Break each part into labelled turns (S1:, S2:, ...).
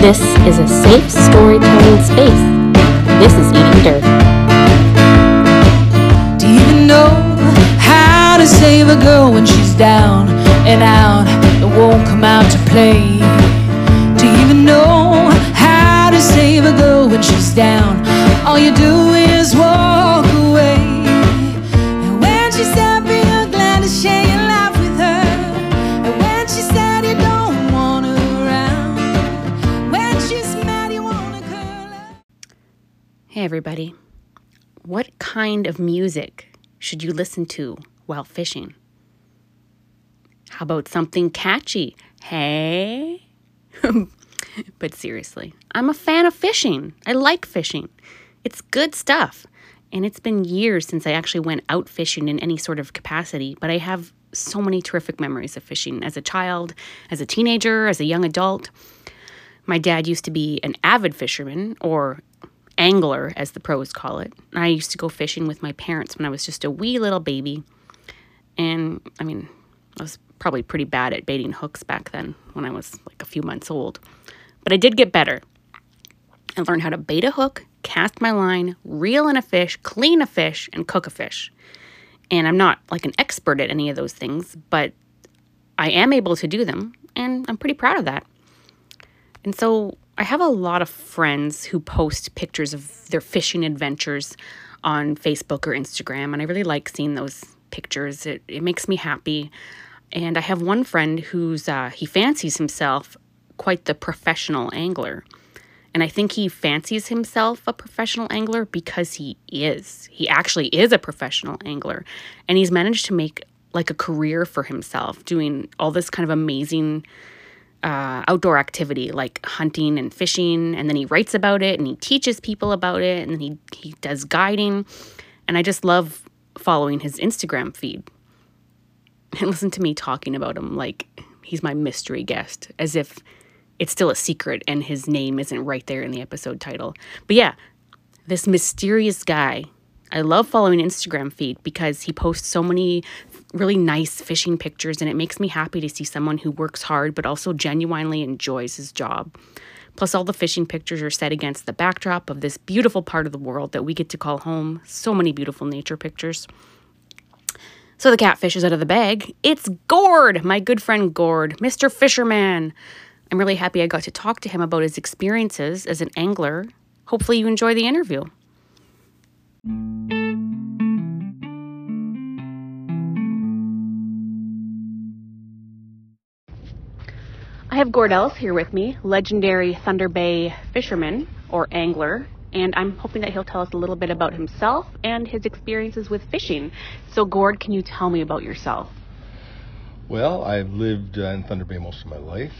S1: This is a safe storytelling space. This is Eating Dirt.
S2: Do you know how to save a girl when she's down and out and won't come out to play? Do you even know how to save a girl when she's down? All you do is walk away. And when she's happy, you're glad to share your life with her. And when she's sad, you don't want her around. When she's mad, you wanna curl up.
S1: Hey, everybody. What kind of music should you listen to while fishing? How about something catchy? Hey? but seriously, I'm a fan of fishing. I like fishing. It's good stuff. And it's been years since I actually went out fishing in any sort of capacity, but I have so many terrific memories of fishing as a child, as a teenager, as a young adult. My dad used to be an avid fisherman or angler, as the pros call it. I used to go fishing with my parents when I was just a wee little baby. And I mean, I was probably pretty bad at baiting hooks back then when I was like a few months old. But I did get better. I learned how to bait a hook, cast my line, reel in a fish, clean a fish, and cook a fish. And I'm not like an expert at any of those things, but I am able to do them, and I'm pretty proud of that. And so I have a lot of friends who post pictures of their fishing adventures on Facebook or Instagram, and I really like seeing those pictures. It, it makes me happy. And I have one friend who's uh, he fancies himself quite the professional angler. And I think he fancies himself a professional angler because he is. He actually is a professional angler. And he's managed to make like a career for himself doing all this kind of amazing uh, outdoor activity like hunting and fishing. And then he writes about it and he teaches people about it. And then he, he does guiding. And I just love following his Instagram feed and listen to me talking about him like he's my mystery guest, as if it's still a secret and his name isn't right there in the episode title. But yeah, this mysterious guy. I love following Instagram feed because he posts so many really nice fishing pictures and it makes me happy to see someone who works hard but also genuinely enjoys his job. Plus all the fishing pictures are set against the backdrop of this beautiful part of the world that we get to call home. So many beautiful nature pictures. So the catfish is out of the bag. It's Gord, my good friend Gord, Mr. Fisherman. I'm really happy I got to talk to him about his experiences as an angler. Hopefully, you enjoy the interview. I have Gord Ellis here with me, legendary Thunder Bay fisherman or angler, and I'm hoping that he'll tell us a little bit about himself and his experiences with fishing. So, Gord, can you tell me about yourself?
S3: Well, I've lived uh, in Thunder Bay most of my life.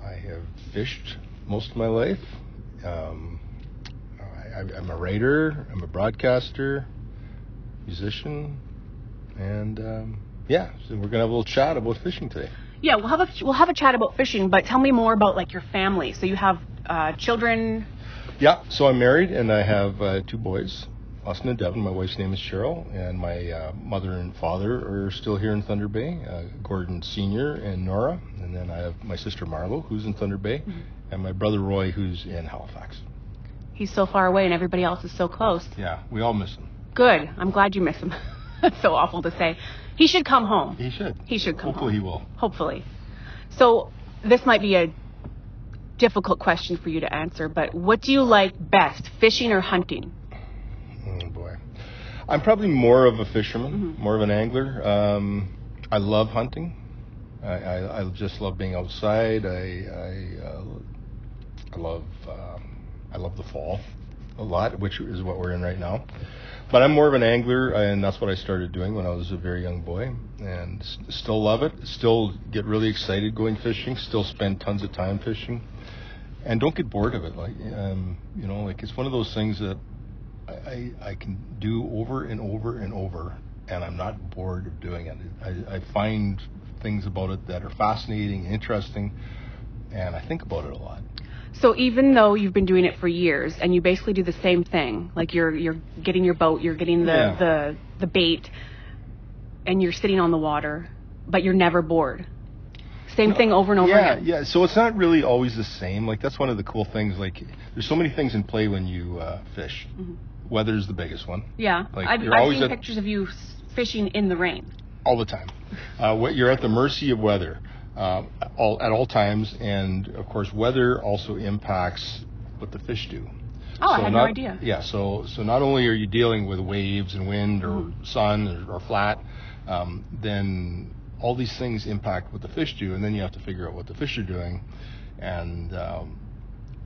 S3: I have fished most of my life. Um, I, I- I'm a writer. I'm a broadcaster, musician, and um, yeah. So we're gonna have a little chat about fishing today.
S1: Yeah, we'll have a we'll have a chat about fishing, but tell me more about like your family. So you have uh, children.
S3: Yeah. So I'm married and I have uh, two boys, Austin and Devin. My wife's name is Cheryl, and my uh, mother and father are still here in Thunder Bay. Uh, Gordon Senior and Nora, and then I have my sister Marlo, who's in Thunder Bay,
S1: Mm-hmm.
S3: and my brother Roy, who's in Halifax.
S1: He's so far away, and everybody else is so close.
S3: Yeah, we all miss him.
S1: Good. I'm glad you miss him. That's so awful to say. He should come home.
S3: He should.
S1: He should come
S3: Hopefully,
S1: home.
S3: he will.
S1: Hopefully. So this might be a difficult question for you to answer, but what do you like best, fishing or hunting?
S3: Oh boy, I'm probably more of a fisherman, more of an angler. Um, I love hunting. I, I, I just love being outside. I I, uh, I love um, I love the fall a lot, which is what we're in right now. But I'm more of an angler, and that's what I started doing when I was a very young boy, and s- still love it. Still get really excited going fishing. Still spend tons of time fishing, and don't get bored of it. Like um, you know, like it's one of those things that I, I, I can do over and over and over, and I'm not bored of doing it. I, I find things about it that are fascinating, interesting, and I think about it a lot.
S1: So even though you've been doing it for years and you basically do the same thing, like you're you're getting your boat, you're getting the
S3: Yeah.
S1: the, the bait, and you're sitting on the water, but you're never bored. Same thing over and over
S3: yeah,
S1: again.
S3: yeah. So it's not really always the same. Like that's one of the cool things. Like there's so many things in play when you uh, fish. Weather's the biggest one,
S1: Yeah.
S3: Like,
S1: I've,
S3: you're
S1: I've
S3: always
S1: seen
S3: at-
S1: pictures of you s- fishing in the rain.
S3: all the time. Uh, what you're at the mercy of weather, uh, all at all times, and of course, weather also impacts what the fish do.
S1: Oh, I
S3: So
S1: had
S3: not-
S1: no idea.
S3: Yeah, so so not only are you dealing with waves and wind or
S1: Mm-hmm.
S3: sun or, or flat, um, then all these things impact what the fish do, and then you have to figure out what the fish are doing, and um,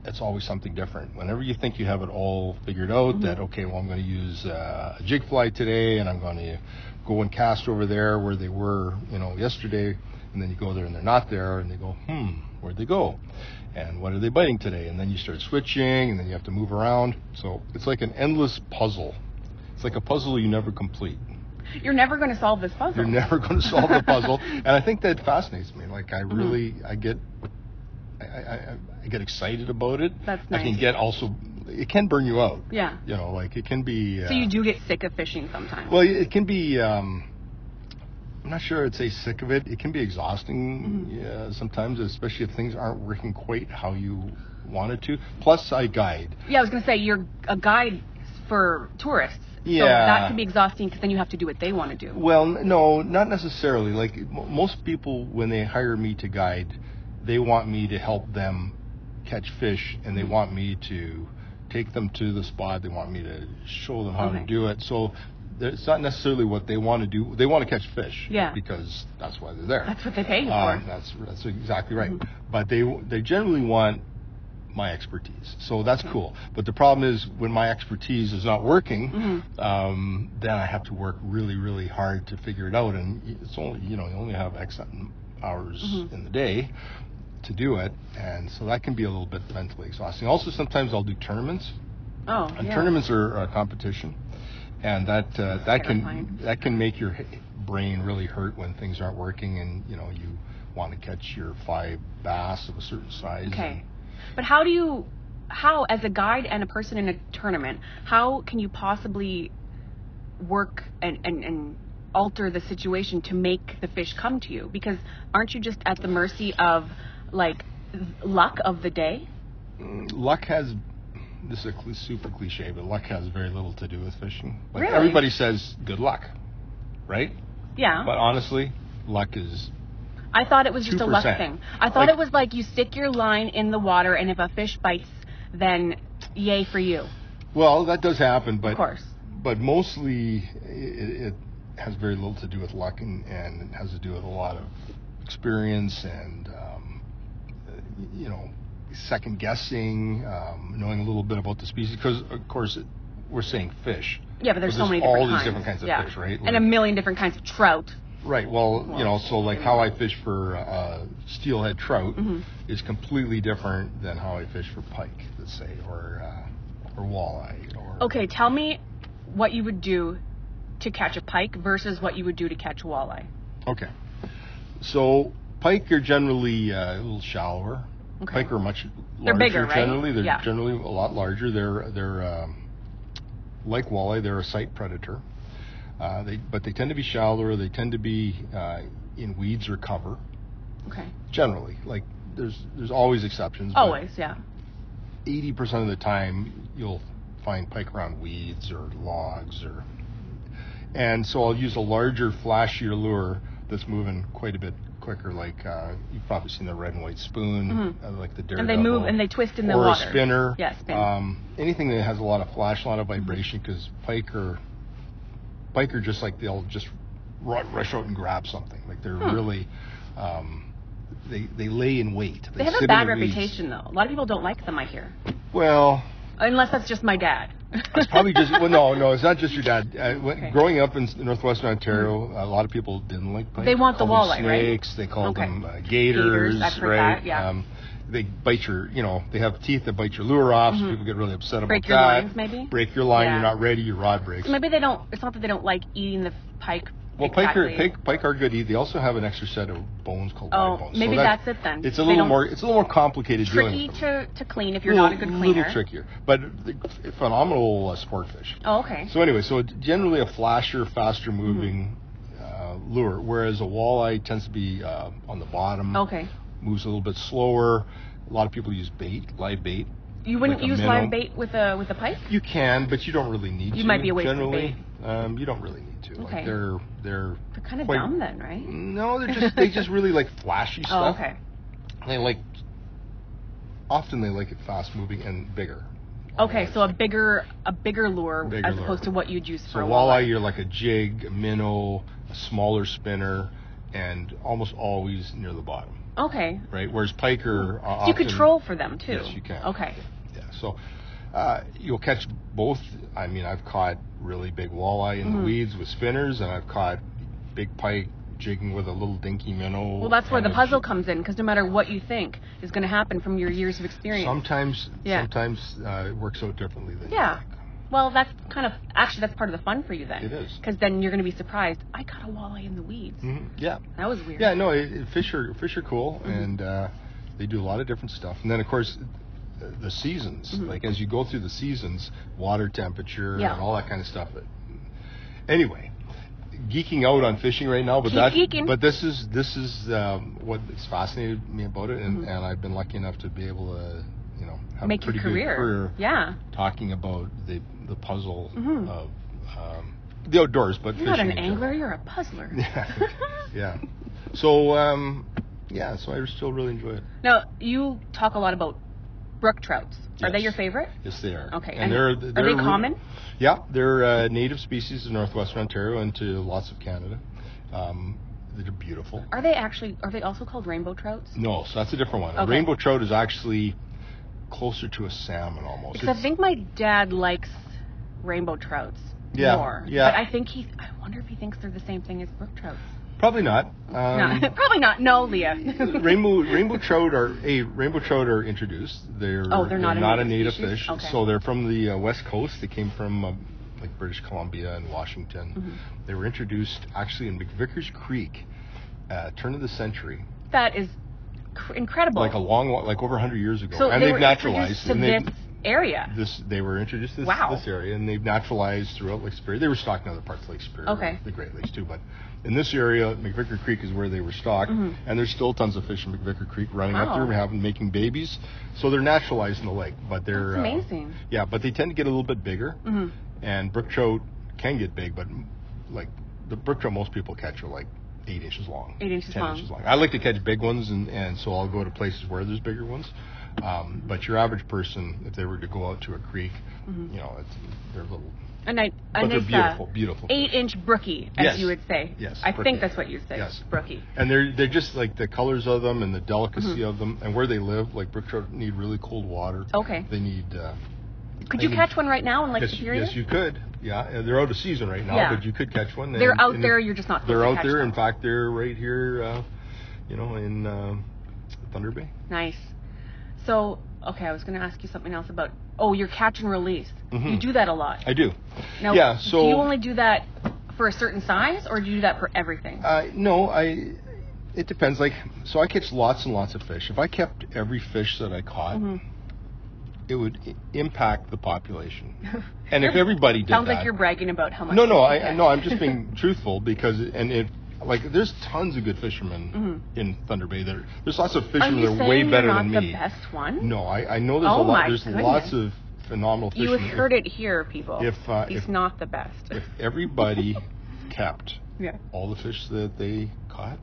S3: it's always something different. Whenever you think you have it all figured out, that okay, well I'm going to use uh, a jig fly today, and I'm going to go and cast over there where they were, you know, yesterday, and then you go there and they're not there, and they go, hmm, where'd they go? And what are they biting today? And then you start switching, and then you have to move around. So it's like an endless puzzle. It's like a puzzle you never complete.
S1: You're never going to solve this puzzle.
S3: You're never going to solve the puzzle, and I think that fascinates me. Like
S1: Hmm.
S3: I really, I get, I, I, I- I get excited about it.
S1: That's
S3: I can
S1: nice.
S3: get also, it can burn you out.
S1: yeah.
S3: You know, like it can be. Uh,
S1: So you do get sick of fishing sometimes.
S3: Well, it can be. Um, I'm not sure I'd say sick of it. It can be exhausting
S1: Hmm.
S3: yeah, sometimes, especially if things aren't working quite how you wanted to. Plus, I guide.
S1: yeah, I was going to say you're a guide for tourists. So
S3: Yeah.
S1: that can be exhausting because then you have to do what they want to do.
S3: Well, n- no, not necessarily. Like m- most people, when they hire me to guide, they want me to help them catch fish, and they want me to take them to the spot. They want me to show them how
S1: Okay.
S3: to do it. So there- it's not necessarily what they want to do. They want to catch fish,
S1: Yeah.
S3: because that's why they're there.
S1: That's what they pay you
S3: Uh,
S1: for.
S3: that's that's exactly right. But they they generally want my expertise, so that's cool. But the problem is when my expertise is not working, um, then I have to work really really hard to figure it out, and it's only you know you only have X hours in the day to do it, and so that can be a little bit mentally exhausting. Also, sometimes I'll do tournaments.
S1: Oh,
S3: And
S1: yeah.
S3: tournaments are a competition, and that uh, that
S1: Terrifying.
S3: can that can make your h- brain really hurt when things aren't working, and you know you want to catch your five bass of a certain size.
S1: Okay. But how do you, how, as a guide and a person in a tournament, how can you possibly work and, and, and alter the situation to make the fish come to you? Because aren't you just at the mercy of, like, luck of the day?
S3: And luck has this is a cli- super cliche, but luck has very little to do with fishing. Like
S1: Really?
S3: everybody says, good luck, right?
S1: Yeah.
S3: But honestly, luck is
S1: I thought it was just a luck
S3: 2%.
S1: thing. I thought
S3: Like-
S1: it was like you stick your line in the water, and if a fish bites, then yay for you.
S3: well that does happen, but
S1: Of course.
S3: but mostly it, it has very little to do with luck and, and it has to do with a lot of experience and um, uh, you know second guessing um, knowing a little bit about the species because of course it, we're saying fish
S1: Yeah, but there's
S3: Well,
S1: so many
S3: all
S1: different
S3: these
S1: kinds.
S3: different kinds of
S1: yeah.
S3: fish, right?
S1: And a
S3: Like-
S1: million different kinds of trout.
S3: right well you know so like how i fish for uh, steelhead trout is completely different than how i fish for pike let's say or uh, or walleye or
S1: Okay, tell me what you would do to catch a pike versus what you would do to catch a walleye.
S3: Okay. So pike are generally uh, a little shallower.
S1: Okay.
S3: Pike are much larger.
S1: They're bigger, right?
S3: Generally, they're
S1: Yeah.
S3: generally a lot larger. They're they're um, like walleye. They're a sight predator. Uh, they but they tend to be shallower. They tend to be uh, in weeds or cover.
S1: Okay.
S3: Generally, like there's there's always exceptions. but
S1: Always, yeah.
S3: eighty percent of the time you'll find pike around weeds or logs or and so I'll use a larger, flashier lure that's moving quite a bit quicker. Like uh, you've probably seen the red and white spoon, uh, like
S1: Mm-hmm.
S3: the
S1: And
S3: daredevil.
S1: they move and they twist in the
S3: or
S1: water.
S3: a spinner.
S1: Yeah, Mm-hmm. spin.
S3: Um, anything that has a lot of flash, a lot of vibration, because pike are pike are just like they'll just ru- rush out and grab something. Like they're
S1: Hmm.
S3: really um, they they lay in wait.
S1: they have
S3: sit
S1: a
S3: in
S1: bad
S3: the weeds.
S1: reputation though. A lot of people don't like them, I hear.
S3: Well,
S1: Unless that's just my dad.
S3: It's probably just well, no, no. It's not just your dad. Uh, when,
S1: Okay.
S3: Growing up in s- northwestern Ontario, a lot of people didn't like pike.
S1: They want the
S3: called
S1: walleye,
S3: them
S1: right?
S3: snakes, They called
S1: Okay.
S3: them uh,
S1: Gators,
S3: gators,
S1: I've heard
S3: right?
S1: that, yeah.
S3: Um, they bite your, you know, they have teeth that bite your lure off. So people get really upset
S1: Mm-hmm. Break
S3: about
S1: your
S3: that.
S1: lines, maybe?
S3: Break your line.
S1: Yeah.
S3: You're not ready. Your rod breaks.
S1: Maybe they don't it's not that they don't like eating the pike.
S3: Well,
S1: exactly.
S3: pike are pike, pike are good to eat. They also have an extra set of bones called
S1: Oh,
S3: line bones.
S1: maybe
S3: so
S1: that's it then.
S3: It's a
S1: They
S3: little
S1: don't-
S3: more. It's a little more complicated
S1: tricky
S3: dealing with them.
S1: to, uh, to clean if you're
S3: little,
S1: not a good
S3: little
S1: cleaner.
S3: trickier, but the- phenomenal uh, sport fish.
S1: Oh, okay. Mm-hmm.
S3: So anyway, so it's generally a flasher, faster moving, uh, lure, whereas a walleye tends to be uh, on the bottom.
S1: Okay.
S3: Moves a little bit slower. A lot of people use bait, live bait.
S1: You wouldn't
S3: Like a
S1: use
S3: minnow.
S1: live bait with a with a pike.
S3: You can, but you don't really need to.
S1: You might be a waste of
S3: generally. Um, you don't really need to.
S1: Okay.
S3: Like they're they're
S1: They're kind of
S3: Wait.
S1: dumb then, right?
S3: no, they're just they just really like flashy
S1: Oh,
S3: stuff.
S1: okay.
S3: They like often they like it fast moving and bigger.
S1: Okay, so a bigger a bigger lure
S3: Bigger
S1: as
S3: lure.
S1: opposed to what you'd use
S3: So
S1: for a
S3: walleye, you're like a jig, a minnow, a smaller spinner, and almost always near the bottom,
S1: Okay.
S3: right? Whereas pike are
S1: So
S3: uh,
S1: you
S3: often-
S1: could troll for them too.
S3: Yes, you can.
S1: Okay.
S3: Yeah, so uh, you'll catch both. I mean, I've caught really big walleye in
S1: Mm-hmm.
S3: the weeds with spinners, and I've caught big pike jigging with a little dinky minnow.
S1: Well, that's where
S3: and
S1: the
S3: a
S1: puzzle
S3: j-
S1: comes in because no matter what you think is going to happen from your years of experience.
S3: Sometimes,
S1: Yeah.
S3: sometimes uh, it works out differently. Than you
S1: yeah.
S3: think.
S1: Well, that's kind of actually that's part of the fun for you then.
S3: It is.
S1: Because then you're going to be surprised. I caught a walleye in the weeds.
S3: Mhm, Yeah.
S1: That was weird.
S3: Yeah, no, it, it- fish are fish are cool,
S1: Mm-hmm.
S3: and uh, they do a lot of different stuff. And then, of course, th- the seasons. Like as you go through the seasons, water temperature
S1: Mm-hmm. Yeah.
S3: and all that kind of stuff. But anyway, geeking out on fishing right now, but
S1: Keep
S3: that,
S1: geeking.
S3: but this is this is um, what's fascinated me about it, and, and I've been lucky enough to be able to, you know,
S1: Mm-hmm.
S3: have
S1: Make
S3: a
S1: your
S3: pretty
S1: career.
S3: good career
S1: Yeah. Mm-hmm.
S3: talking about the the puzzle of um, the outdoors, but
S1: You're not
S3: fishing
S1: an
S3: in general.
S1: angler. You're a puzzler.
S3: yeah. So um, yeah, so I still really enjoy it.
S1: Now you talk a lot about brook trouts. Are they
S3: Yes.
S1: your favorite?
S3: Yes, they are.
S1: Okay.
S3: and, they're, they're
S1: are they common?
S3: Yeah, they're uh, native species of northwestern Ontario and to lots of Canada. Um, they're beautiful.
S1: Are they actually? Are they also called rainbow trouts?
S3: No, so that's a different one. A
S1: Okay.
S3: Rainbow trout is actually closer to a salmon almost.
S1: Because I
S3: It's-
S1: think my dad likes rainbow trouts
S3: Yeah,
S1: more.
S3: yeah.
S1: But I think he. I wonder if he thinks they're the same thing as brook trouts.
S3: probably not. Um,
S1: no, probably not. No, Leah.
S3: rainbow rainbow trout are a rainbow trout are introduced. They're
S1: Oh, they're not a
S3: a
S1: native
S3: native
S1: species?
S3: fish,
S1: Okay.
S3: so they're from the uh, west coast. They came from uh, like British Columbia and Washington.
S1: Mm-hmm.
S3: They were introduced actually in McVickers Creek, uh, turn of the century,
S1: that is cr- incredible.
S3: like a long wa- like over 100 years ago,
S1: so
S3: and
S1: they
S3: have
S1: were introduced
S3: naturalized.
S1: to
S3: and they've-
S1: this area.
S3: this they were introduced to this,
S1: Wow.
S3: this area and they've naturalized throughout Lake Superior. They were stocked in other parts of Lake Superior,
S1: Okay.
S3: the Great Lakes too, but in this area, McVicker Creek is where they were stocked, and there's still tons of fish in McVicker Creek running
S1: Mm-hmm. Wow.
S3: up there, having making babies. So they're naturalized in the lake, but they're
S1: That's
S3: uh,
S1: amazing. Mm-hmm.
S3: yeah, but they tend to get a little bit bigger, and brook trout can get big, but m- like the brook trout most people catch are like. Eight inches long.
S1: Eight inches
S3: ten
S1: long.
S3: inches long. I like to catch big ones, and, and so I'll go to places where there's bigger ones. Um, but your average person, if they were to go out to a creek, you know, it's, they're little,
S1: And I,
S3: but
S1: Mm-hmm. and
S3: they're
S1: it's uh,
S3: beautiful,
S1: a
S3: beautiful. fish.
S1: eight-inch brookie, as
S3: Yes.
S1: you would say.
S3: Yes,
S1: I think
S3: brookie.
S1: that's what you say.
S3: Yes.
S1: Brookie.
S3: And they're they're just like the colors of them and the delicacy
S1: Mm-hmm.
S3: of them and where they live. Like brook trout need really cold water.
S1: Okay.
S3: They need. Uh,
S1: Could you
S3: And-
S1: catch one right now in Lake
S3: yes,
S1: Superior?
S3: yes, you could. Yeah, and they're out of season right now,
S1: Yeah.
S3: but you could catch one.
S1: They're
S3: and-
S1: out
S3: and
S1: there. You're just not.
S3: They're
S1: supposed to
S3: out
S1: catch
S3: there.
S1: Them.
S3: In fact, they're right here. Uh, you know, in um Thunder Bay.
S1: Nice. So, okay, I was going to ask you something else about. Oh, your catch and release. You do that a lot.
S3: Mm-hmm. I do.
S1: Now,
S3: yeah. So
S1: do you only do that for a certain size, or do you do that for everything?
S3: Uh, no, I. It depends. Like, so I catch lots and lots of fish. If I kept every fish that I caught,
S1: Mm-hmm.
S3: it would I- impact the population. And if everybody did
S1: Sounds
S3: that,
S1: like you're bragging about how much.
S3: no, no,
S1: you
S3: I
S1: catch.
S3: I- no, I'm just being truthful because and it like there's tons of good fishermen in Thunder Bay. There, there's lots of
S1: Mm-hmm. Are
S3: fishermen
S1: you
S3: that are way
S1: saying
S3: better
S1: you're
S3: than
S1: not
S3: me.
S1: the best one?
S3: No, I, I know there's
S1: Oh
S3: a lot.
S1: my
S3: There's
S1: goodness.
S3: lots of phenomenal
S1: You
S3: fishermen.
S1: heard it here, people.
S3: if, uh,
S1: He's
S3: if-
S1: not the best.
S3: If, if everybody kept
S1: yeah.
S3: all the fish that they caught,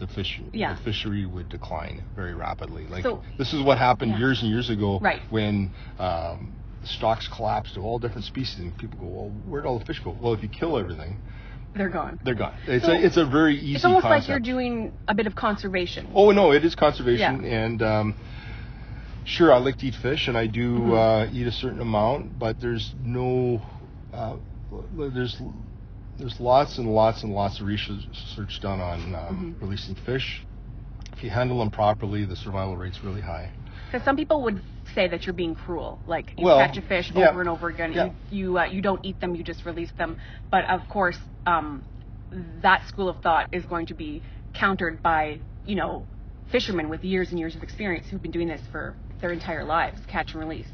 S3: the fish
S1: Yeah.
S3: the fishery would decline very rapidly. Like
S1: So-
S3: this is what happened
S1: Yeah.
S3: years and years ago
S1: Right.
S3: when um, stocks collapsed of all different species, and people go, "Well, where'd all the fish go?" Well, if you kill everything,
S1: They're gone.
S3: they're gone. It's
S1: So-
S3: a it's a very easy.
S1: it's almost
S3: concept.
S1: like you're doing a bit of conservation.
S3: Oh no, it is conservation, and um, sure, I like to eat fish, and I do uh, eat a certain amount, but there's no, uh, l- there's there's lots and lots and lots of research research done on um, releasing fish. If you handle them properly, the survival rate's really high.
S1: Because some people would say that you're being cruel. Like you
S3: Well,
S1: catch a fish
S3: yeah.
S1: over and over again.
S3: Yeah.
S1: You you, uh, you don't eat them. You just release them. But of course, um, that school of thought is going to be countered by you know fishermen with years and years of experience who've been doing this for their entire lives, catch and release.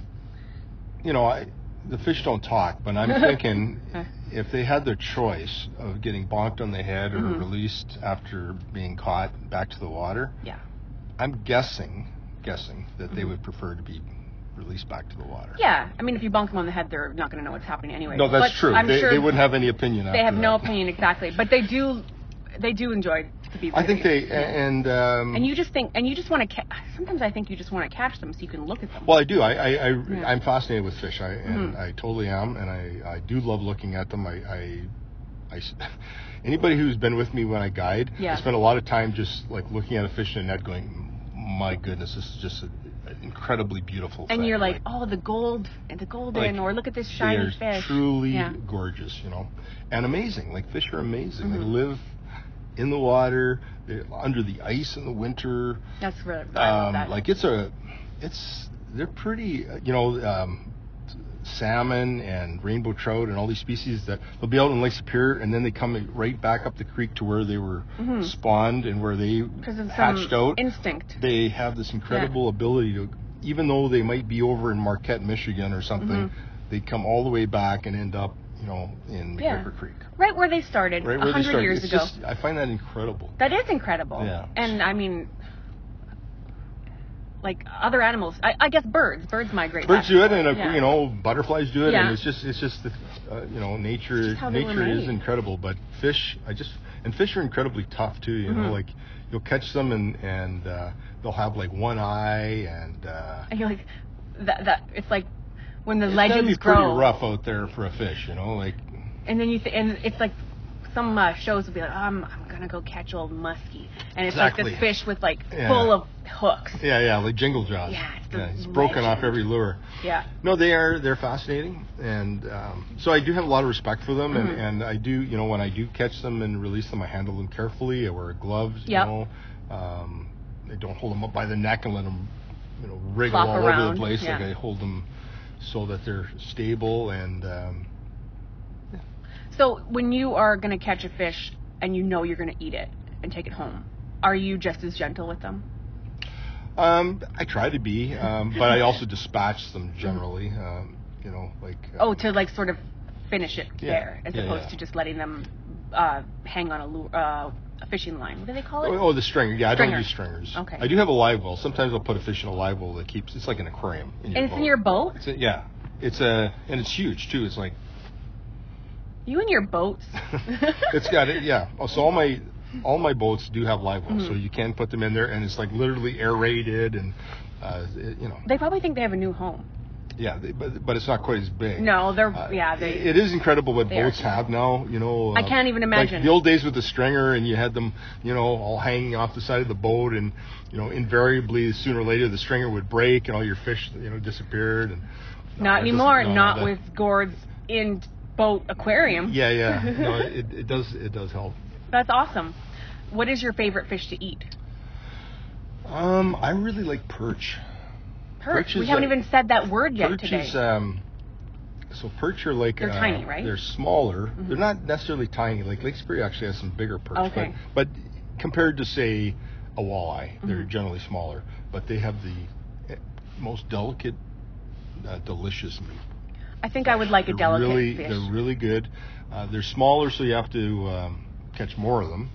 S3: You know, I, the fish don't talk, but I'm thinking if they had their choice of getting bonked on the head or released after being caught back to the water,
S1: Yeah.
S3: I'm guessing, guessing that they would prefer to be released back to the water.
S1: Yeah. I mean, if you bonk them on the head, they're not going to know what's happening anyway.
S3: No, that's
S1: But
S3: true.
S1: I'm
S3: they,
S1: sure
S3: they wouldn't have any opinion.
S1: They
S3: after
S1: have no
S3: that.
S1: opinion exactly, but they do. They do enjoy the beat.
S3: I think they and um,
S1: And you just think, and you just want to. Ca- sometimes I think you just want to catch them so you can look at them.
S3: Well, I do. I, I, I I'm fascinated with fish. I and
S1: Mm-hmm.
S3: I totally am, and I, I do love looking at them. I, I, I s- anybody who's been with me when I guide,
S1: Yeah.
S3: I spend a lot of time just like looking at a fish in a net, going, "My goodness, this is just a, an incredibly beautiful."
S1: and
S3: thing."
S1: you're like, oh, the gold and the golden,
S3: Like,
S1: or look at this
S3: they
S1: shiny
S3: are
S1: fish.
S3: truly
S1: Yeah.
S3: gorgeous, you know, and amazing. Like fish are amazing.
S1: Mm-hmm.
S3: They live in the water, they're under the ice in the winter
S1: That's really I love
S3: um,
S1: that.
S3: like it's a it's they're pretty uh, you know um, salmon and rainbow trout and all these species that they'll be out in lake superior and then they come right back up the creek to where they were
S1: Mm-hmm.
S3: spawned and where they
S1: because of
S3: hatched
S1: some
S3: out
S1: instinct.
S3: they have this incredible ability to even though they might be over in marquette michigan or something
S1: Mm-hmm.
S3: they come all the way back and end up you know in
S1: Yeah.
S3: McGregor creek
S1: Right where they started a
S3: right where they
S1: hundred
S3: started
S1: years
S3: It's
S1: ago.
S3: just- i find that incredible
S1: That is incredible.
S3: Yeah.
S1: And I mean, like other animals, I, I guess birds. Birds migrate. back.
S3: birds do it, and uh
S1: Yeah.
S3: you know butterflies do it,
S1: Yeah.
S3: and it's just it's just the, uh, you know nature
S1: just how they were
S3: nature is
S1: made.
S3: incredible. But fish, I just and fish are incredibly tough too. You
S1: Mm-hmm.
S3: know, like you'll catch them and and uh, they'll have like one eye, and uh,
S1: And you're like, that that it's like when the
S3: it's gotta
S1: legumes
S3: be
S1: grow.
S3: pretty rough out there for a fish. You know, like
S1: And then you th- and it's like some uh, shows will be like, I'm I'm gonna go catch old muskie, and it's like
S3: Exactly.
S1: this fish with like
S3: Yeah.
S1: full of hooks.
S3: yeah, yeah, like jingle jaws.
S1: Yeah, it's the
S3: yeah, it's broken off
S1: legend.
S3: every lure.
S1: Yeah.
S3: No, they are they're fascinating, and um, so I do have a lot of respect for them,
S1: Mm-hmm.
S3: and, and I do you know when I do catch them and release them, I handle them carefully. I wear gloves,
S1: Yep.
S3: you know. Um, I don't hold them up by the neck and let them you know wriggle
S1: Flop
S3: all over
S1: around,
S3: the place.
S1: yeah.
S3: Like I hold them so that they're stable and um,
S1: So when you are gonna catch a fish and you know you're gonna eat it and take it home, are you just as gentle with them?
S3: um, I try to be, um, but I also dispatch them
S1: Mm-hmm.
S3: generally. Um, you know, like
S1: Oh,
S3: um,
S1: to like sort of finish it
S3: Yeah.
S1: there, as
S3: Yeah,
S1: opposed
S3: yeah.
S1: to just letting them uh, hang on a lure, uh, a fishing line. What do they call it?
S3: Oh, oh, the stringer. Yeah, I
S1: Stringer.
S3: don't do stringers.
S1: Okay.
S3: I do have a live well. Sometimes I'll put a fish in a live well that keeps. It's like an aquarium.
S1: and it's in your boat.
S3: It's a, yeah, it's a and it's huge too. It's like
S1: You and your boats.
S3: it's got it. Yeah. Oh, so all my all my boats do have live wells, so
S1: Mm-hmm.
S3: you can put them in there, and it's like literally aerated and uh, it- you know
S1: They probably think they have a new home.
S3: yeah, they, but but it's not quite as big.
S1: No, they're
S3: Uh,
S1: yeah they.
S3: it is incredible what
S1: they are.
S3: boats have now. You know, uh,
S1: I can't even imagine.
S3: Like the old days with the stringer, and you had them, you know, all hanging off the side of the boat, and you know, invariably sooner or later the stringer would break, and all your fish, you know, disappeared. And No,
S1: Not
S3: it doesn't-
S1: anymore.
S3: no,
S1: not
S3: that-
S1: with Gord's in boat aquarium.
S3: Yeah, yeah. No, it, it does it does help.
S1: That's awesome. What is your favorite fish to eat?
S3: Um, I really like perch.
S1: Perch.
S3: Perch
S1: we
S3: is
S1: haven't
S3: like-
S1: even said that word yet
S3: perch
S1: today.
S3: is um, so perch are like
S1: They're
S3: uh,
S1: tiny, right? Mm-hmm.
S3: They're smaller. They're not necessarily tiny. Like Lake Superior actually has some bigger perch,
S1: Okay.
S3: but but compared to say a walleye, they're
S1: Mm-hmm.
S3: generally smaller. But they have the eh, most delicate, uh, delicious meat.
S1: I think I would like a
S3: They're
S1: delicate
S3: really,
S1: fish.
S3: They're really good. Uh, they're smaller, so you have to um, catch more of them.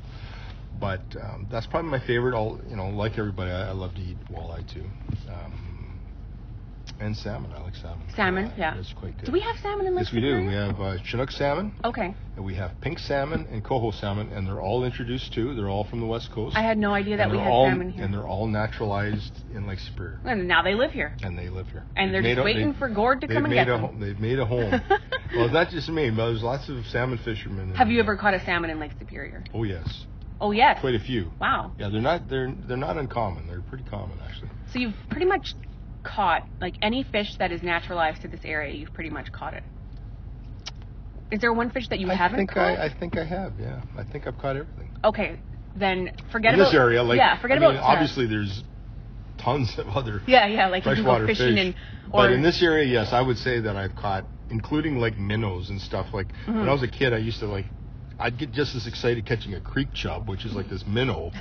S3: But um, that's probably my favorite. I'll, you know, like everybody, I, I love to eat walleye too, um, and salmon. I like salmon. quite a
S1: Salmon,
S3: lot.
S1: yeah.
S3: It's quite good.
S1: Do we have salmon in Lake
S3: Yes, we do.
S1: Superior?
S3: We have uh, Chinook salmon,
S1: Okay.
S3: and we have pink salmon and coho salmon, and they're all introduced too. They're all from the west coast.
S1: I had no idea that
S3: and
S1: we
S3: they're
S1: had
S3: all,
S1: salmon here.
S3: And they're all naturalized in Lake Superior,
S1: And now they live here.
S3: and they live here.
S1: And they're
S3: Made
S1: just
S3: a- they-
S1: waiting for Gord to
S3: They've
S1: come and
S3: made
S1: get
S3: a
S1: them.
S3: home. They've made a home. well, it's not just me, but there's lots of salmon fishermen. in
S1: Have you
S3: there.
S1: ever caught a salmon in Lake Superior?
S3: Oh yes,
S1: Oh yes.
S3: quite a few.
S1: Wow.
S3: Yeah, they're not they're they're not uncommon. They're pretty common actually.
S1: So you've pretty much caught like any fish that is naturalized to this area. You've pretty much caught it. Is there one fish that you
S3: I
S1: haven't
S3: think
S1: caught?
S3: I, I think I have. Yeah, I think I've caught everything
S1: okay, then forget
S3: in
S1: about
S3: this area. Like
S1: yeah, forget
S3: I mean,
S1: about
S3: obviously there's tons of other
S1: Yeah, yeah, like you can go
S3: freshwater
S1: fishing
S3: fish.
S1: and or
S3: but in this area,
S1: Mm-hmm.
S3: yes, I would say that I've caught, including like minnows and stuff. Like when I was a kid, I used to like I'd get just as excited catching a creek chub, which is like this minnow,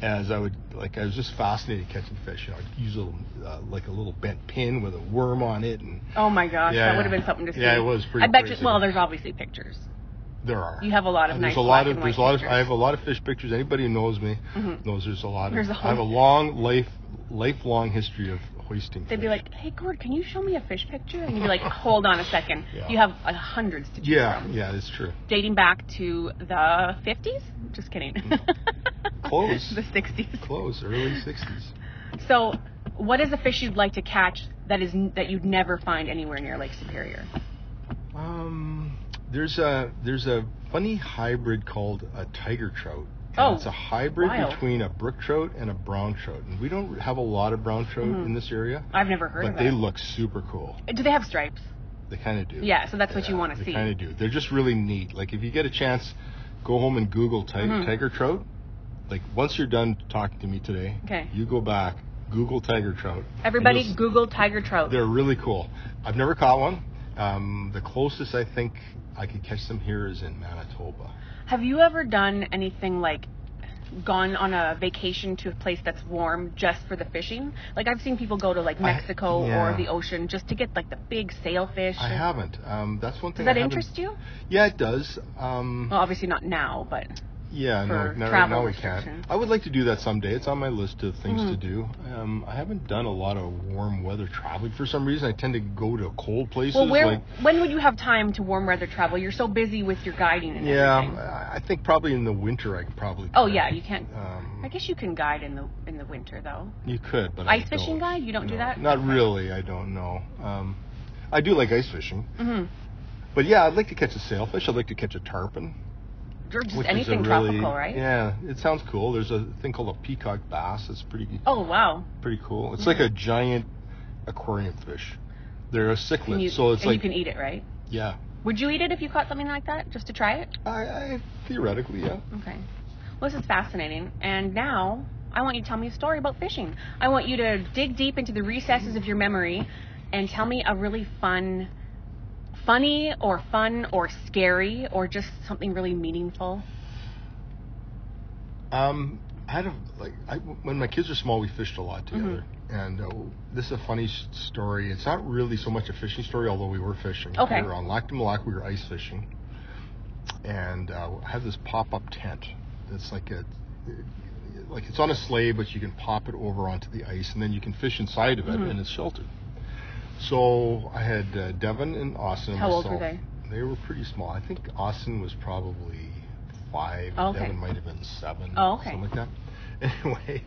S3: as I would like. I was just fascinated catching fish. You know, I'd use a little, uh, like a little bent pin with a worm on it, and
S1: Oh my gosh,
S3: Yeah,
S1: that would have
S3: yeah.
S1: been something to see.
S3: Yeah, it was pretty
S1: I bet
S3: crazy.
S1: you. Well, there's obviously pictures.
S3: there are.
S1: You have a lot of
S3: And there's
S1: nice
S3: a lot
S1: black
S3: of
S1: and
S3: there's a
S1: white
S3: lot of
S1: pictures. Mm-hmm.
S3: I have a lot of fish pictures. Anybody who knows me knows there's a lot of.
S1: There's a
S3: I have a long life lifelong history of hoisting.
S1: They'd be
S3: fish.
S1: like, "Hey, Gord, can you show me a fish picture?" And you'd be like, "Hold on a second.
S3: Yeah.
S1: You have uh, hundreds to choose
S3: Yeah,
S1: from,
S3: yeah, it's true.
S1: dating back to the 50s. Just kidding.
S3: Mm. Close.
S1: the 60s.
S3: Close, early '60s.
S1: So, what is a fish you'd like to catch that is that you'd never find anywhere near Lake Superior?
S3: Um, there's a there's a funny hybrid called a tiger trout. And
S1: Oh,
S3: it's a hybrid
S1: wild.
S3: between a brook trout and a brown trout, and we don't have a lot of brown trout in this area,
S1: Mm-hmm. I've never heard
S3: but
S1: of
S3: they
S1: it.
S3: look super cool.
S1: Do they have stripes?
S3: They kind of do.
S1: Yeah, so that's what you wanna see.
S3: They kind of do. They're just really neat. Like if you get a chance, go home and Google ti-
S1: Mm-hmm.
S3: tiger trout. Like once you're done talking to me today,
S1: Okay.
S3: you go back, Google tiger trout. and you'll
S1: Everybody,
S3: s-
S1: Google tiger trout.
S3: They're really cool. I've never caught one. Um, the closest I think I could catch them here is in Manitoba.
S1: Have you ever done anything like gone on a vacation to a place that's warm just for the fishing? Like I've seen people go to like Mexico
S3: yeah.
S1: or the ocean just to get like the big sailfish.
S3: I haven't. Um, that's one
S1: Does
S3: thing. I
S1: that
S3: haven't-
S1: interest you?
S3: Yeah, it does. Um,
S1: Well, obviously not now, but
S3: yeah, no,
S1: for
S3: no, right
S1: travel
S3: now we
S1: restrictions. Mm-hmm.
S3: can't. I would like to do that someday. It's on my list of things to do. Um, I haven't done a lot of warm weather traveling for some reason. I tend to go to cold places.
S1: well, where
S3: like,
S1: when would you have time to warm weather travel? You're so busy with your guiding and
S3: yeah,
S1: everything.
S3: I- I think probably in the winter I could probably.
S1: Oh
S3: could.
S1: yeah, you can't.
S3: Um,
S1: I guess you can guide in the in the winter though.
S3: You could, but
S1: Ice
S3: I
S1: fishing
S3: don't.
S1: guy? You don't do
S3: No,
S1: that?
S3: Not really. I don't know. Um, I do like ice fishing. Mm-hmm. But yeah, I'd like to catch a sailfish. I'd like to catch a tarpon.
S1: Or just
S3: which is a
S1: anything
S3: really-
S1: tropical, right?
S3: Yeah, it sounds cool. There's a thing called a peacock bass. It's pretty
S1: Oh Mm-hmm. wow.
S3: pretty cool. It's like a giant aquarium fish. They're a cichlid,
S1: And you,
S3: so it's
S1: and
S3: like
S1: you can eat it, right?
S3: yeah.
S1: Would you eat it if you caught something like that just to try it?
S3: I, I theoretically yeah.
S1: Okay. Well, this is fascinating. And now I want you to tell me a story about fishing. I want you to dig deep into the recesses of your memory and tell me a really fun, funny or fun or scary or just something really meaningful.
S3: Um, I had a like I, when my kids were small, we fished a lot together,
S1: Mm-hmm.
S3: and uh, this is a funny s- story. It's not really so much a fishing story, although we were fishing.
S1: Okay.
S3: We were on Lac du Molac. We were ice fishing, and uh, I have this pop-up tent. It's like a like it's on a sleigh, but you can pop it over onto the ice, and then you can fish inside of it,
S1: Mm-hmm.
S3: and it's sheltered. So I had uh, Devin and Austin. and
S1: How old were
S3: myself. They were pretty small. I think Austin was probably five.
S1: Oh, okay.
S3: Devin might have been seven.
S1: Oh, okay.
S3: Something like that. Anyway,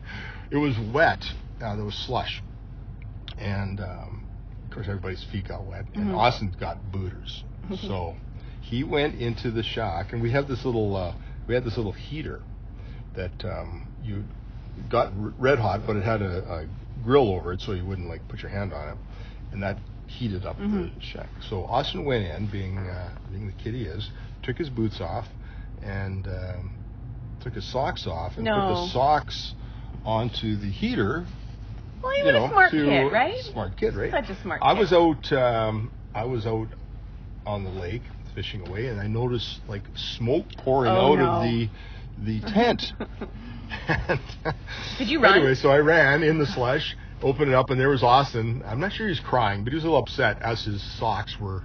S3: it was wet. Uh, there was slush, and um, of course everybody's feet got wet. And
S1: Mm-hmm.
S3: Austin's got booters, so he went into the shack, and we have this little uh, we had this little heater that um, you got r- red hot, but it had a, a grill over it, so you wouldn't like put your hand on it, and that heated up
S1: Mm-hmm.
S3: the shack. So Austin went in, being uh, being the kid he is, took his boots off, and um, took his socks off, and put
S1: No.
S3: the socks onto the heater.
S1: Well, you
S3: you
S1: were
S3: know,
S1: a smart
S3: to-
S1: kid, right?
S3: Smart kid, right?
S1: Such a smart
S3: I
S1: kid.
S3: was out. Um, I was out on the lake fishing away, and I noticed like smoke pouring
S1: Oh,
S3: out
S1: no.
S3: of the the tent. And-
S1: Did you run?
S3: Anyway, so I ran in the slush, opened it up, and there was Austin. I'm not sure he was crying, but he was a little upset as his socks were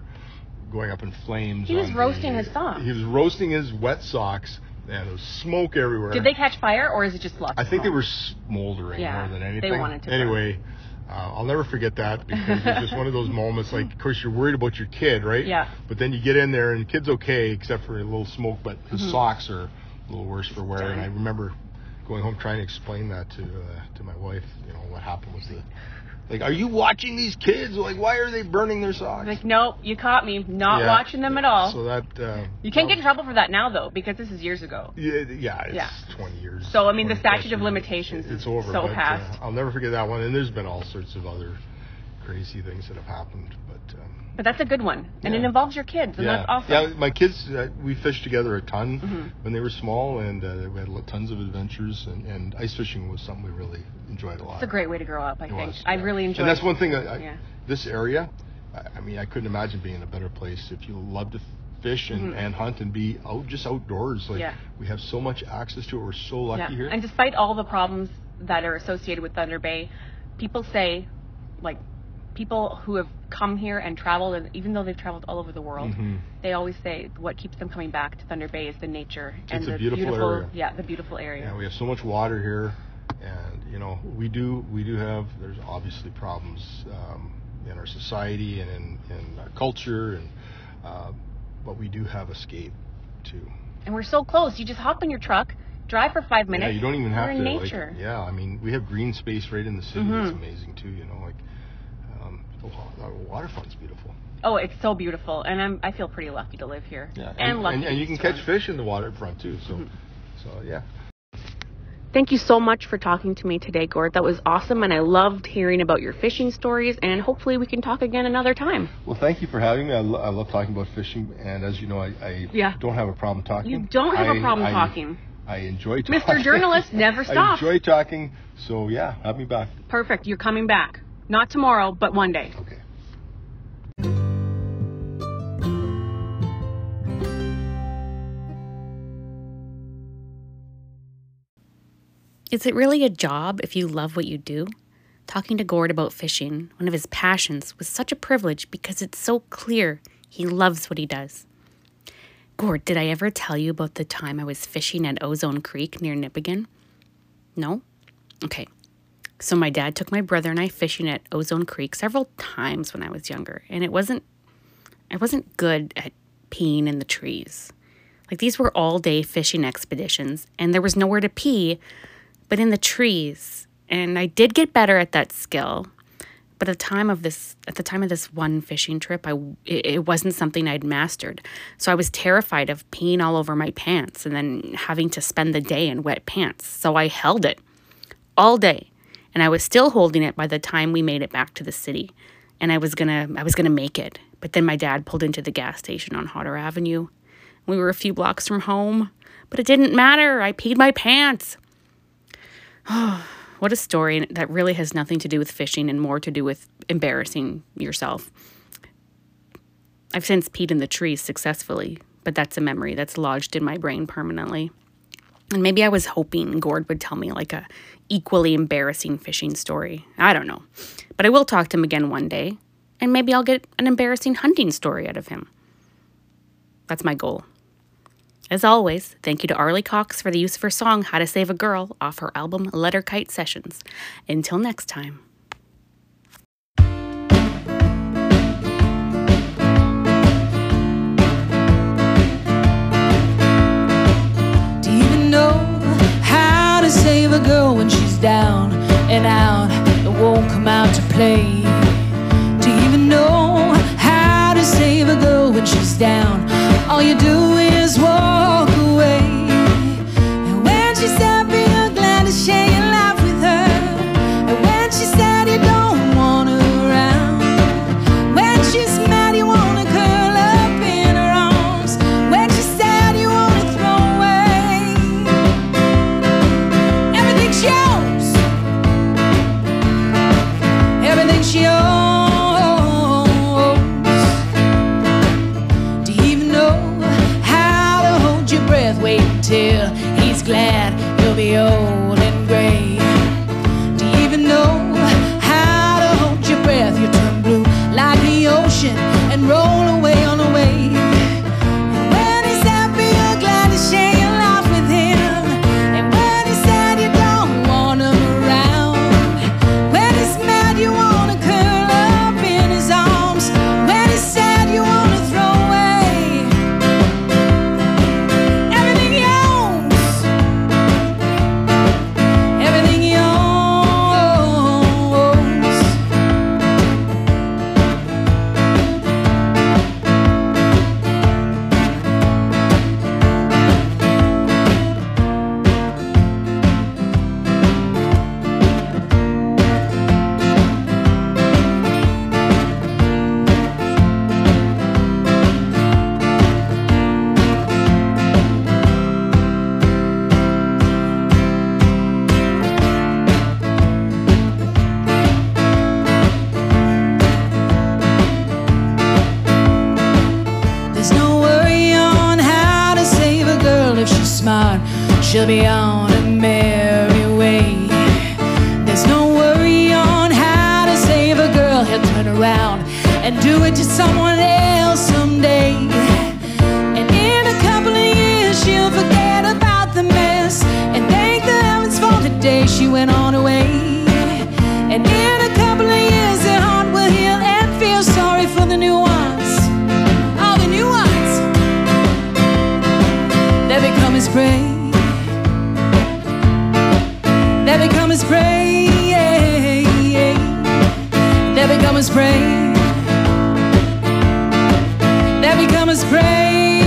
S3: going up in flames.
S1: He was
S3: on
S1: roasting
S3: the-
S1: his socks.
S3: He was roasting his wet socks, and there was smoke everywhere.
S1: Did they catch fire or is it just luck?
S3: I think they were smoldering
S1: Yeah,
S3: more than
S1: they
S3: anything.
S1: wanted to burn.
S3: Anyway, uh, I'll never forget that because it was just one of those moments. Like, of course, you're worried about your kid, right?
S1: Yeah.
S3: But then you get in there and the kid's okay except for a little smoke, but his
S1: Mm-hmm.
S3: socks are a little worse for wear. And I remember going home trying to explain that to uh, to my wife. You know what happened was the like, are you watching these kids? Like, why are they burning their socks?
S1: Like, nope, you caught me. Not
S3: Yeah.
S1: watching them at all.
S3: So that uh,
S1: you can't
S3: that
S1: get in trouble for that now, though, because this is years ago.
S3: Yeah, yeah, it's
S1: Yeah.
S3: 20 years.
S1: So, I mean, the
S3: 20 plus
S1: statute of
S3: years.
S1: limitations
S3: It's
S1: is
S3: over,
S1: so
S3: but, uh,
S1: past.
S3: I'll never forget that one. And there's been all sorts of other crazy things that have happened, but um,
S1: But that's a good one. And it
S3: Yeah.
S1: involves your kids, and
S3: yeah,
S1: that's awesome. Mm-hmm.
S3: yeah. My kids, uh, we fished together a ton when they were small, and uh, we had lo- tons of adventures. And, and ice fishing was something we really enjoyed a lot.
S1: It's a great way to grow up, I
S3: It
S1: think.
S3: was,
S1: I
S3: yeah.
S1: really enjoyed
S3: And that's one thing. I, I,
S1: Yeah.
S3: This area, I, I mean, I couldn't imagine being in a better place. If you love to f- fish and, and hunt and be out just outdoors. Like
S1: Mm-hmm. Yeah.
S3: we have so much access to it. We're so lucky
S1: Yeah.
S3: here.
S1: And despite all the problems that are associated with Thunder Bay, people say, like, people who have come here and traveled, and even though they've traveled all over the world,
S3: Mm-hmm.
S1: they always say what keeps them coming back to Thunder Bay is the nature and
S3: It's a
S1: the
S3: beautiful area.
S1: yeah, the beautiful area.
S3: Yeah, we have so much water here, and you know we do we do have. There's obviously problems um, in our society and in, in our culture, and uh, but we do have escape too.
S1: and we're so close. You just hop in your truck, drive for five minutes.
S3: Yeah, you don't even have
S1: we're
S3: to.
S1: in
S3: like-
S1: nature. Mm-hmm.
S3: yeah, I mean we have green space right in the city. It's amazing too. You know, like um, the wa- the waterfront's beautiful.
S1: Oh, it's so beautiful, and I'm I feel pretty lucky to live here. and, lucky. Mm-hmm.
S3: and,
S1: to
S3: you
S1: be
S3: can catch
S1: surrounded.
S3: fish in the waterfront too. So, so yeah.
S1: Thank you so much for talking to me today, Gord. That was awesome, and I loved hearing about your fishing stories. And hopefully, we can talk again another time.
S3: Well, thank you for having me. I, lo- I love talking about fishing, and as you know, I, I
S1: Yeah.
S3: don't have a problem talking.
S1: You don't have a
S3: Mm. I-
S1: problem
S3: I-
S1: talking.
S3: I enjoy talking.
S1: Mr. Journalist never
S3: I
S1: stops.
S3: enjoy talking, so yeah, have me back.
S1: Perfect. You're coming back. Not tomorrow, but one day.
S3: Okay.
S4: Is it really a job if you love what you do? Talking to Gord about fishing, one of his passions, was such a privilege because it's so clear he loves what he does. Gord, did I ever tell you about the time I was fishing at Ozone Creek near Nipigon? No? Okay. So my dad took my brother and I fishing at Ozone Creek several times when I was younger, and it wasn't I wasn't good at peeing in the trees. Like these were all-day fishing expeditions, and there was nowhere to pee but in the trees. And I did get better at that skill. But at the time of this, at the time of this one fishing trip, I it, it wasn't something I'd mastered. So I was terrified of peeing all over my pants and then having to spend the day in wet pants. So I held it all day, and I was still holding it by the time we made it back to the city. And I was gonna, I was gonna make it. But then my dad pulled into the gas station on Hodder Avenue. We were a few blocks from home, but it didn't matter. I peed my pants. What a story that really has nothing to do with fishing and more to do with embarrassing yourself. I've since peed in the trees successfully, but that's a memory that's lodged in my brain permanently. And maybe I was hoping Gord would tell me like a equally embarrassing fishing story. I don't know. But I will talk to him again one day, and maybe I'll get an embarrassing hunting story out of him. That's my goal. As always, thank you to Arlie Cox for the use of her song How to Save a Girl off her album Letter Kite Sessions. Until next time.
S2: Do you even know how to save a girl when she's down and out and won't come out to play? Do you even know how to save a girl when she's down? All you do is walk away. And when she's happy, you're glad to share your life with her. And when she's sad, you don't want her around. When she's mad, you wanna curl up in her arms. When she's sad, you wanna throw away everything she owns. Everything she owns. Do you even know she'll be on a merry way. There's no worry on how to save a girl. He'll turn around and do it to someone else someday. And in a couple of years, she'll forget about the mess and thank the heavens for the day she went on her way. And in a couple of years, their heart will heal and feel sorry for the new ones. All the new ones that become his prey. That become his prey. That become his prey. That become his prey.